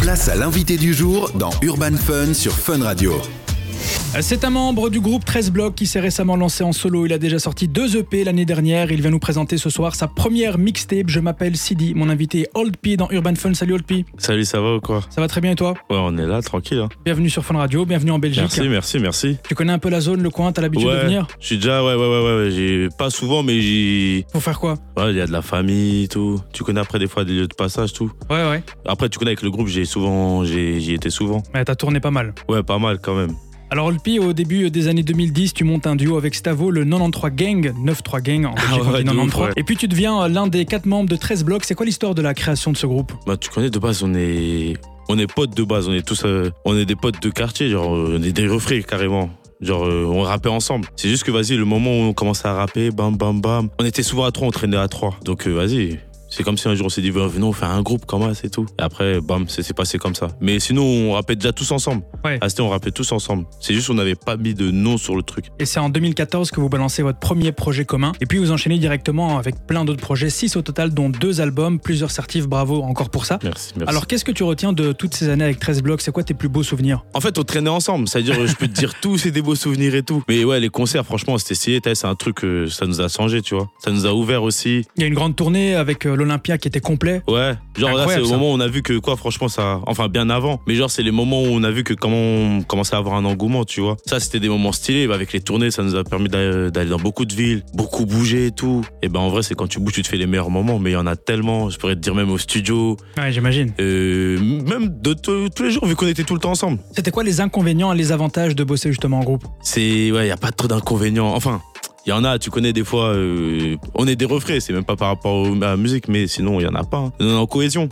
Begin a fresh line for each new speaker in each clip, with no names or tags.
Place à l'invité du jour dans Urban Fun sur Fun Radio.
C'est un membre du groupe 13 Blocs qui s'est récemment lancé en solo. Il a déjà sorti deux EP l'année dernière. Il va nous présenter ce soir sa première mixtape. Je m'appelle Sidi. Mon invité est Old P dans Urban Fun. Salut Old P.
Salut, ça va ou quoi
Ça va très bien et toi
Ouais, on est là, tranquille. hein.
Bienvenue sur Fun Radio, bienvenue en Belgique.
Merci, merci, merci.
Tu connais un peu la zone, le coin, t'as l'habitude de
Ouais,
venir
je suis déjà, ouais, ouais, ouais, ouais, ouais, j'ai pas souvent, mais j'y.
Pour faire quoi
Ouais, il y a de la famille, tout. Tu connais après des fois des lieux de passage, tout.
Ouais, ouais.
Après, tu connais avec le groupe, j'ai souvent, j'ai- j'y étais souvent.
Mais t'as tourné pas mal.
Ouais, pas mal quand même.
Alors Old P, au début des années 2010, tu montes un duo avec Stavo, le 93 Gang, 93 Gang, en Belgique,
Ah
on dit
ouais, de
93.
ouf, ouais.
Et puis tu deviens euh, l'un des quatre membres de 13 Blocs. C'est quoi l'histoire de la création de ce groupe
Bah, tu connais de base, on est, on est potes de base, on est tous, euh, on est des potes de quartier, genre, euh, on est des refrés carrément. Genre, euh, on rappait ensemble. C'est juste que, vas-y, le moment où on commençait à rapper, bam, bam, bam. On était souvent à trois, on traînait à trois. Donc, euh, vas-y. C'est comme si un jour on s'est dit, venons, on fait un groupe comme ça, c'est tout. Et après, bam, c'est c'est passé comme ça. Mais sinon, on rappait déjà tous ensemble.
Ouais.
À ce temps, on rappait tous ensemble. C'est juste qu'on n'avait pas mis de nom sur le truc.
Et c'est en 2014 que vous balancez votre premier projet commun. Et puis vous enchaînez directement avec plein d'autres projets, 6 au total, dont deux albums, plusieurs certifs, bravo encore pour ça.
Merci, merci.
Alors qu'est-ce que tu retiens de toutes ces années avec 13 blocs C'est quoi tes plus beaux souvenirs
En fait, on traînait ensemble. C'est-à-dire, je peux te dire tout, c'est des beaux souvenirs et tout. Mais ouais, les concerts, franchement, c'était essayé. C'est un truc, euh, ça nous a changé, tu vois. Ça nous a ouvert aussi.
Il y a une grande tournée avec euh, l'Olympia qui était complet.
Ouais. Genre là, c'est
Incroyable,
au
ça.
moment où on a vu que quoi, franchement, ça. Enfin, bien avant. Mais genre, c'est les moments où on a vu que comment on commençait à avoir un engouement, tu vois. Ça, c'était des moments stylés. Bah, avec les tournées, ça nous a permis d'a- d'aller dans beaucoup de villes, beaucoup bouger et tout. Et ben, en vrai, c'est quand tu bouges, tu te fais les meilleurs moments. Mais il y en a tellement. Je pourrais te dire même au studio,
Ouais, j'imagine.
euh, même de t- tous les jours, vu qu'on était tout le temps ensemble.
C'était quoi les inconvénients et les avantages de bosser justement en groupe
c'est ouais, y a pas trop d'inconvénients. Enfin, il y en a, tu connais des fois, euh, on est des refrais, c'est même pas par rapport au- à la musique, mais sinon il y en a pas. hein. On est en cohésion.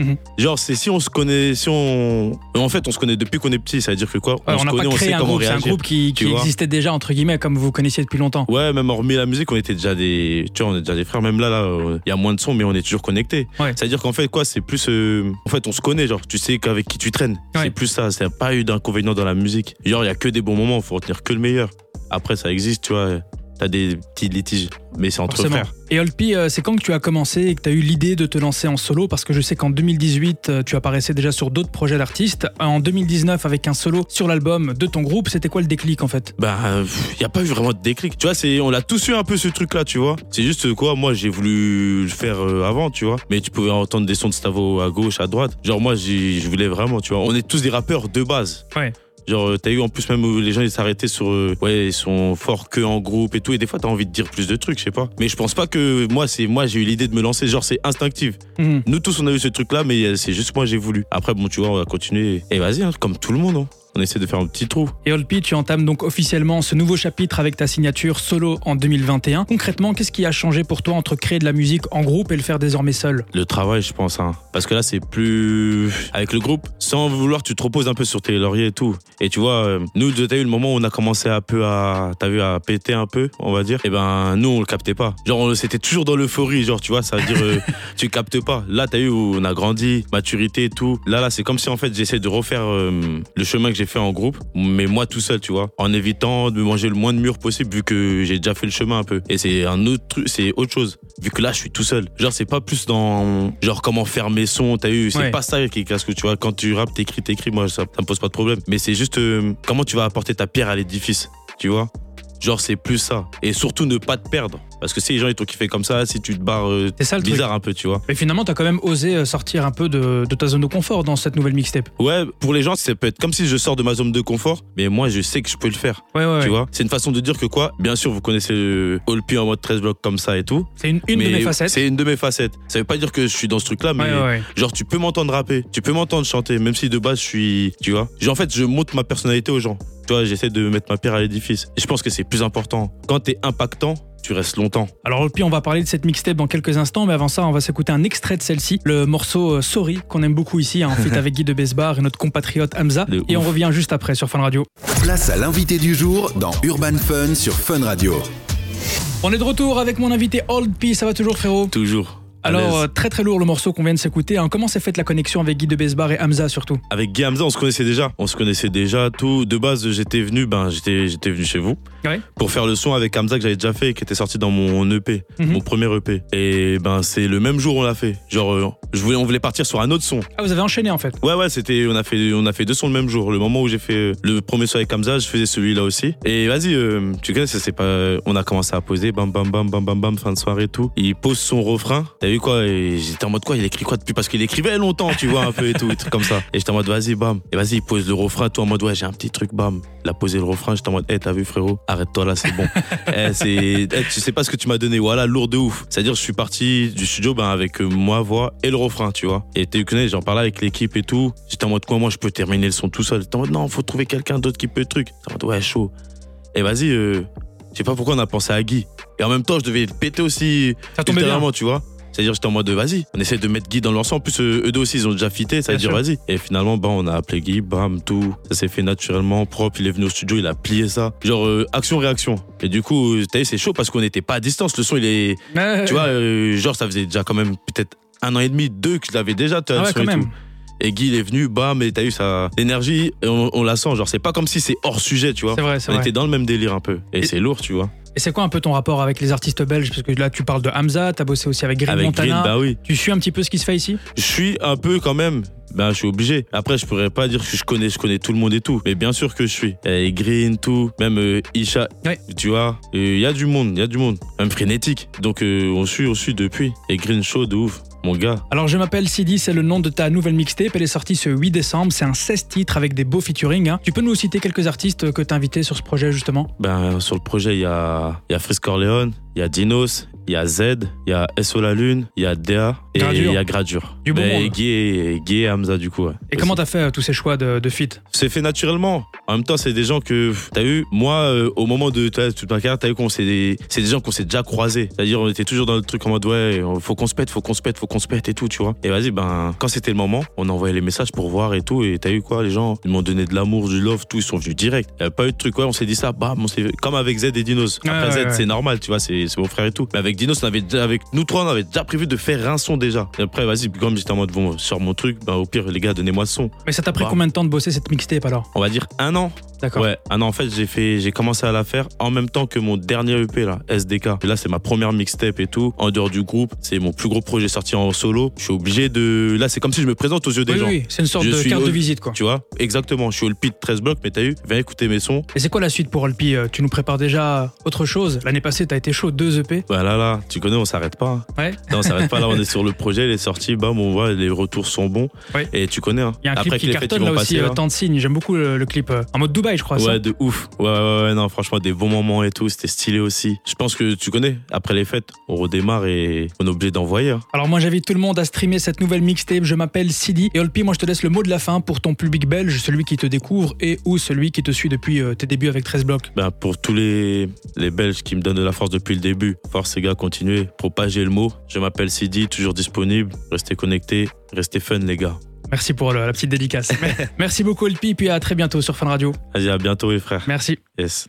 Mhm.
Genre c'est si on se connaît, si on, en fait on se connaît depuis qu'on est petit, ça veut dire que quoi,
Ouais, On
se
n'a
connaît,
pas
on
créé
sait
un
comment
groupe, c'est un
réagir.
groupe qui,
tu
qui
vois.
existait déjà entre guillemets comme vous vous connaissiez depuis longtemps.
Ouais, même hormis la musique, on était déjà des, tu vois, on est déjà des frères. Même là, là, il y a moins de sons, mais on est toujours connectés.
Ouais.
C'est-à-dire qu'en fait, quoi, c'est plus, euh, en fait, on se connaît, genre, tu sais qu'avec qui tu traînes.
Ouais.
C'est plus ça. C'est pas eu d'inconvénient dans la musique. Genre, il y a que des bons moments, faut retenir que le meilleur. Après, ça existe, tu vois. T'as des petits litiges, mais c'est entre
Forcément.
frères.
Et Olpi, euh, c'est quand que tu as commencé et que tu as eu l'idée de te lancer en solo Parce que je sais qu'en 2018, euh, tu apparaissais déjà sur d'autres projets d'artistes. En 2019, avec un solo sur l'album de ton groupe, c'était quoi le déclic en fait
Ben, il y a pas eu vraiment de déclic. Tu vois, c'est, on l'a tous eu un peu ce truc-là, tu vois. C'est juste euh, quoi, moi, j'ai voulu le faire euh, avant, tu vois. Mais tu pouvais entendre des sons de Stavo à gauche, à droite. Genre, moi, j'ai- je voulais vraiment, tu vois. On est tous des rappeurs de base.
Ouais.
Genre, euh, t'as eu en plus même où les gens ils s'arrêtaient sur euh, ouais, ils sont forts que en groupe et tout. Et des fois, t'as envie de dire plus de trucs, je sais pas. Mais je pense pas que moi, c'est moi, j'ai eu l'idée de me lancer. Genre, c'est instinctif.
Mhm.
Nous tous, on a eu ce truc là, mais euh, c'est juste moi, j'ai voulu. Après, bon, tu vois, on va continuer. Et vas-y, hein, comme tout le monde, hein. on essaie de faire un petit trou.
Et Olpi, tu entames donc officiellement ce nouveau chapitre avec ta signature solo en 2021. Concrètement, qu'est-ce qui a changé pour toi entre créer de la musique en groupe et le faire désormais seul
Le travail, je pense, hein. Parce que là, c'est plus. Avec le groupe, sans vouloir, tu te reposes un peu sur tes lauriers et tout. Et tu vois, euh, nous, t'as eu le moment où on a commencé un peu à. T'as vu, à péter un peu, on va dire. Et ben, nous, on le captait pas. Genre, on- c'était toujours dans l'euphorie, genre, tu vois, ça veut dire, euh, tu captes pas. Là, t'as eu, où on a grandi, maturité et tout. Là, là, c'est comme si, en fait, j'essaie de refaire euh, le chemin que j'ai fait en groupe, mais moi tout seul, tu vois. En évitant de me manger le moins de murs possible, vu que j'ai déjà fait le chemin un peu. Et c'est un autre truc, c'est autre chose vu que là je suis tout seul. Genre c'est pas plus dans genre comment faire mes sons, t'as eu, c'est
Ouais.
pas ça qui casse que tu vois quand tu rappes, t'écris, t'écris, moi ça, ça me pose pas de problème. Mais c'est juste euh, comment tu vas apporter ta pierre à l'édifice, tu vois. Genre c'est plus ça et surtout ne pas te perdre parce que si les gens ils t'ont kiffé comme ça, si tu te barres euh,
C'est ça le truc.
bizarre un peu, tu vois.
Mais finalement, tu as quand même osé euh, sortir un peu de, de ta zone de confort dans cette nouvelle mixtape.
Ouais, pour les gens ça peut être comme si je sors de ma zone de confort, mais moi je sais que je peux le faire,
Ouais, ouais,
tu
ouais.
vois. C'est une façon de dire que quoi Bien sûr, vous connaissez euh, Olpi en mode 13 blocs comme ça et tout.
C'est une, une de
mais
mes facettes.
C'est une de mes facettes. Ça veut pas dire que je suis dans ce truc là, mais
Ouais, ouais, ouais.
Genre, tu peux m'entendre rapper, tu peux m'entendre chanter, même si de base, je suis. Tu vois Genre, en fait, je montre ma personnalité aux gens. Tu vois, j'essaie de mettre ma pierre à l'édifice. Et je pense que c'est plus important. Quand t'es impactant, tu restes longtemps.
Alors Olpi, on va parler de cette mixtape dans quelques instants, mais avant ça, on va s'écouter un extrait de celle-ci, le morceau euh, Sorry qu'on aime beaucoup ici, hein, en fait avec Guy de Besbar et notre compatriote Hamza.
De
Et on
ouf.
revient juste après sur Fun Radio.
Place à l'invité du jour dans Urban Fun sur Fun Radio.
On est de retour avec mon invité Old P. Ça va toujours, frérot
Toujours.
Alors,
l'aise.
euh, très très lourd le morceau qu'on vient de s'écouter. hein. Comment s'est faite la connexion avec Guy de Besbar et Hamza surtout
Avec Guy Hamza, on se connaissait déjà. On se connaissait déjà, tout. De base, j'étais venu, ben, j'étais, j'étais venu chez vous
Ouais.
pour faire le son avec Hamza que j'avais déjà fait, qui était sorti dans mon EP,
Mhm.
mon premier EP. Et ben, c'est le même jour où on l'a fait. Genre, euh, je voulais, on voulait partir sur un autre son.
Ah, vous avez enchaîné en fait.
Ouais, ouais, c'était, on a fait, on a fait deux sons le même jour. Le moment où j'ai fait euh, le premier son avec Hamza, je faisais celui-là aussi. Et vas-y, euh, tu connais, ça c'est pas, on a commencé à poser, bam, bam, bam, bam, bam, bam, fin de soirée et tout. Il pose son refrain. T'as vu quoi? Et j'étais en mode quoi? Il écrit quoi depuis? Parce qu'il écrivait longtemps, tu vois, un peu et tout, des trucs comme ça. Et j'étais en mode, vas-y, bam. Et vas-y, il pose le refrain, tout en mode, ouais, j'ai un petit truc, bam. Il a posé le refrain, j'étais en mode, hey, t'as vu, frérot? Arrête-toi là, c'est bon. Eh, c'est, eh, tu sais pas ce que tu m'as donné. Voilà, lourd de ouf. C'est-à-dire, je suis parti du studio ben, avec euh, moi, voix et le refrain, tu vois. Et tu connais, j'en parlais avec l'équipe et tout. J'étais en mode, quoi, moi, je peux terminer le son tout seul. J'étais en mode, non, faut trouver quelqu'un d'autre qui peut le truc. J'étais en mode, ouais, chaud. Et vas-y, euh, je sais pas pourquoi on a pensé à Guy. Et en même temps, je devais le péter aussi
Ça tombait bien.
ultérieurement, tu vois. C'est-à-dire, j'étais en mode, vas-y, on essaie de mettre Guy dans l'ensemble. En plus, euh, eux deux aussi, ils ont déjà fité, ça veut
Bien
dire, vas-y. Et finalement, bah, on a appelé Guy, bam, tout. Ça s'est fait naturellement, propre. Il est venu au studio, il a plié ça. Genre, euh, action-réaction. Et du coup, euh, t'as vu, c'est chaud parce qu'on n'était pas à distance. Le son, il est.
Ouais,
Tu vois, euh, genre, ça faisait déjà quand même peut-être un an et demi, deux que je l'avais déjà, tu vois,
ah ouais,
le son
quand
et tout.
même.
Et Guy, il est venu, bam, et t'as eu ça. L'énergie, et on, on la sent. Genre, c'est pas comme si c'est hors sujet, tu vois.
C'est vrai, c'est
On
vrai.
était dans le même délire un peu. Et,
Et-
c'est lourd, tu vois.
Et c'est quoi un peu ton rapport avec les artistes belges Parce que là, tu parles de Hamza, t'as bossé aussi avec Green
Avec
Montana.
Green, bah oui.
Tu suis un petit peu ce qui se fait ici
Je suis un peu quand même. Ben, je suis obligé. Après, je pourrais pas dire que je connais, je connais tout le monde et tout. Mais bien sûr que je suis. Et Green, tout. Même euh, Isha.
Ouais.
Tu vois, il y a du monde, il y a du monde. Même frénétique. Donc, euh, on suit, on suit depuis. Et Green, chaud de ouf. Mon gars.
Alors, je m'appelle Sidi, c'est le nom de ta nouvelle mixtape. Elle est sortie ce 8 décembre. C'est un 16 titres avec des beaux featuring. hein. Tu peux nous citer quelques artistes que t'as invités sur ce projet justement
Ben, sur le projet, il y a, il y a Frisk Corleone, il y a Dinos, il y a Z, il y a SO La Lune, il y a DA et
Gradure.
il y a Gradure.
Du bon
Mais
monde. hein.
Guy et, Guy et Hamza, du coup. ouais.
Et comment t'as fait euh, tous ces choix de, de feat
C'est fait naturellement. En même temps, c'est des gens que t'as eu. Moi, euh, au moment de t'as- toute ma carrière, t'as eu qu'on s'est, des- c'est des gens qu'on s'est déjà croisés. C'est-à-dire, on était toujours dans le truc en mode ouais, faut qu'on se pète, faut qu'on se pète, faut qu'on se pète et tout, tu vois. Et vas-y, ben quand c'était le moment, on envoyait les messages pour voir et tout. Et t'as eu quoi Les gens, ils m'ont donné de l'amour, du love, tout. Ils sont venus direct. Y a pas eu de truc ouais. On s'est dit ça, bah, bam, on s'est comme avec Z et Dinos.
Ouais,
Après
ouais,
Z,
ouais.
c'est normal, tu vois, c'est c'est mon frère et tout. Mais avec Dinos, on avait déjà- avec nous trois, on avait déjà prévu de faire un son déjà. Et après, vas-y, comme j'étais en mode bon, je sors mon truc, ben au pire, les gars, donnez-moi le son.
Mais ça t'a pris
Bah.
combien de temps de bosser cette mixtape alors
On va dire un an.
D'accord.
Ouais, ah non, en fait, j'ai fait, j'ai commencé à la faire en même temps que mon dernier EP là, SDK. Et là, c'est ma première mixtape et tout. En dehors du groupe, c'est mon plus gros projet sorti en solo. Je suis obligé de, là, c'est comme si je me présente aux yeux des
Oui,
gens.
oui, c'est une sorte
Je
de
suis
carte
au-
de visite quoi.
Tu vois, exactement. Je suis au Lpi de 13 blocs, mais t'as eu, viens écouter mes sons.
Et c'est quoi la suite pour Alpi Euh, Tu nous prépares déjà autre chose L'année passée, t'as été chaud, deux E EP.
Bah là, là, tu connais, on s'arrête pas. hein.
Ouais.
Non, on s'arrête pas là, on est sur le projet, les sorties, bam, on voit, les retours sont bons.
Ouais.
Et tu connais, hein.
Il y a un clip
Après que
qui
les fêtes ils
cartonne
vont
là aussi,
passer.
euh,
là.
Tant de signes. J'aime beaucoup le, le clip euh, en mode Dubaï, je crois. ça.
Ouais, de ouf. Ouais, ouais, ouais, non, franchement, des bons moments et tout, c'était stylé aussi. Je pense que tu connais, après les fêtes, on redémarre et on est obligé d'envoyer. hein.
Alors moi j'invite tout le monde à streamer cette nouvelle mixtape, je m'appelle Sidi et Olpi moi je te laisse le mot de la fin pour ton public belge, celui qui te découvre et ou celui qui te suit depuis euh, tes débuts avec 13 blocs.
Ben, pour tous les, les Belges qui me donnent de la force depuis le début, force les gars, continuez, propagez le mot. Je m'appelle Sidi, toujours disponible, restez connectés, restez fun les gars.
Merci pour le- la petite dédicace. Merci beaucoup Olpi puis à très bientôt sur Fun Radio.
Vas-y, à bientôt les frères.
Merci.
Yes.